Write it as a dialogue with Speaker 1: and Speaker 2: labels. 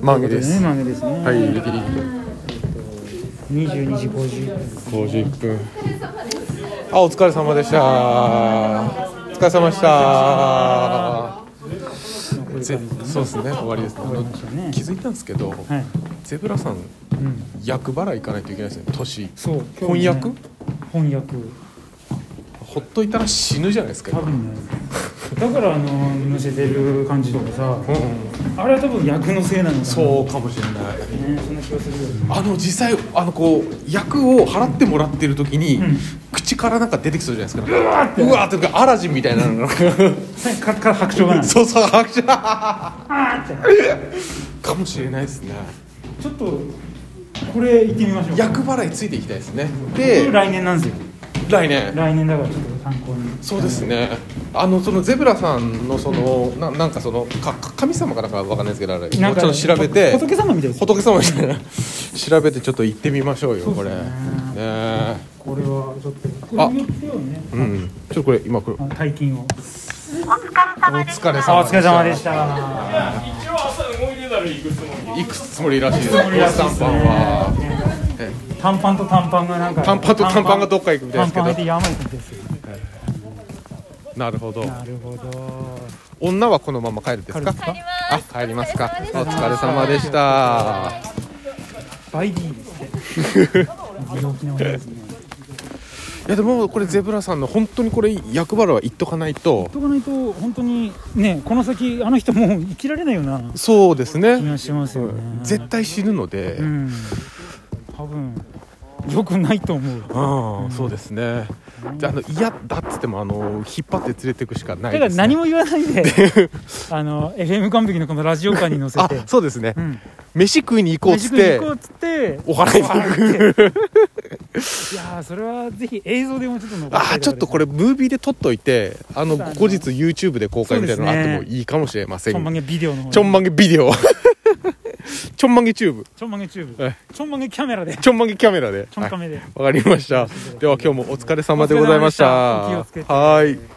Speaker 1: マンゲです。
Speaker 2: マンゲですね。
Speaker 1: はい、リキリキ。
Speaker 2: 二十二時五十分。
Speaker 1: 50分。あ、お疲れ様でした。お疲れ様でした。ぜそうですね、終わりです、ねあの
Speaker 2: ましたね
Speaker 1: 気づいたんですけど、
Speaker 2: はい。
Speaker 1: ゼブラさん、
Speaker 2: うん。
Speaker 1: 役払い行かないといけないですね、年。
Speaker 2: そう。今日
Speaker 1: 翻
Speaker 2: ね
Speaker 1: 訳
Speaker 2: 翻訳。
Speaker 1: ほっといたら死ぬじゃないですか
Speaker 2: 多。分ね。だからあの載せてる感じとかさ、
Speaker 1: うんうん、
Speaker 2: あれは多分役のせいなのかな。
Speaker 1: そうかもしれない。
Speaker 2: う。ね、そんな気がするよね。
Speaker 1: あの実際あのこう役を払ってもらってる時に、
Speaker 2: うん
Speaker 1: 口からなんか出てきそうじゃないですか。うわーってうわーってなんかアラジンみたいなのが
Speaker 2: はい、かから白鳥がな い。
Speaker 1: そうそう拍手
Speaker 2: あーって。
Speaker 1: かもしれないですね。
Speaker 2: ちょっとこれ行ってみましょう。
Speaker 1: 役払いついていきたいですね。
Speaker 2: これ
Speaker 1: で
Speaker 2: 来年なんですよ。
Speaker 1: 来年
Speaker 2: 来年だからちょっと参考に。
Speaker 1: そうですね。あのそのゼブラさんのそのななんかそのかか神様かなんかわかんないですけどあれちょ
Speaker 2: な
Speaker 1: っ
Speaker 2: んか
Speaker 1: と調べて
Speaker 2: 仏様みたいです。
Speaker 1: 仏様みたいな調べてちょっと行ってみましょうよ
Speaker 2: そうっ
Speaker 1: こ
Speaker 2: す
Speaker 1: れ。
Speaker 2: ね
Speaker 1: ねえ
Speaker 2: これはちょっと。こ
Speaker 1: あ
Speaker 2: れによってはね。
Speaker 1: うんちょっとこれ今これ
Speaker 2: あ大金を。
Speaker 1: お疲れ
Speaker 2: あ
Speaker 1: 様。
Speaker 2: お疲れ様でしたた。
Speaker 3: 一応朝動いてたら行くつもり
Speaker 1: いくつつもりらしいです。
Speaker 2: つもりらしい
Speaker 1: スタ
Speaker 2: で
Speaker 1: ン
Speaker 2: す
Speaker 1: パ
Speaker 2: ね
Speaker 1: ンは。え
Speaker 2: 短パンと短パンがなんか
Speaker 1: 短パンと短パンがどっか行くみたいですけど
Speaker 2: 短パン入って山行くんですよ
Speaker 1: なるほど。
Speaker 2: なるほど
Speaker 1: 女はこのまま帰るですか。
Speaker 2: 帰り
Speaker 1: あ帰りますか。お疲れ様
Speaker 2: 様
Speaker 1: で
Speaker 2: で
Speaker 1: し。
Speaker 2: したバイディーですって陽気な女ですね
Speaker 1: いやでもこれゼブラさんの本当にこれ役払いは言っとかないと。
Speaker 2: とかないと本当にねこの先あの人もう生きられないような
Speaker 1: そうです
Speaker 2: 気
Speaker 1: ね。
Speaker 2: がしますよ ね
Speaker 1: 絶対死ぬので。
Speaker 2: うん多分良くないと思う
Speaker 1: ああそうですね。じゃああの嫌だっつってもあの引っ張って連れていくしかな
Speaker 2: だ
Speaker 1: い
Speaker 2: か
Speaker 1: です、ね。
Speaker 2: ら何も言わないであの FM 完璧のこのラジオ感に乗せ
Speaker 1: あ
Speaker 2: て
Speaker 1: そうですね、
Speaker 2: うん
Speaker 1: 飯食いに行こうっつっ
Speaker 2: 飯食いに
Speaker 1: て
Speaker 2: 行こうっつって
Speaker 1: お払いに 行く
Speaker 2: いやーそれはぜひ映像でもちょっと残したい
Speaker 1: ああちょっとこれムービーで撮っといてあの
Speaker 2: そうだね
Speaker 1: 後日 YouTube で公開みたいなのあ
Speaker 2: そう
Speaker 1: っ
Speaker 2: で
Speaker 1: て
Speaker 2: すね
Speaker 1: もいいかもしれませ
Speaker 2: ちょんま
Speaker 1: ん
Speaker 2: げビデオの方に
Speaker 1: ちょんまげビデオ ちょんまげチューブ
Speaker 2: ちょんまげチューブ、
Speaker 1: はい
Speaker 2: ちょんまげキャメラで
Speaker 1: ちょんまげキャメラで
Speaker 2: ちょんカメで、
Speaker 1: はいわかりましたでは今日もお疲れ様でございました
Speaker 2: お疲れ様でしたお気をつけて
Speaker 1: はーい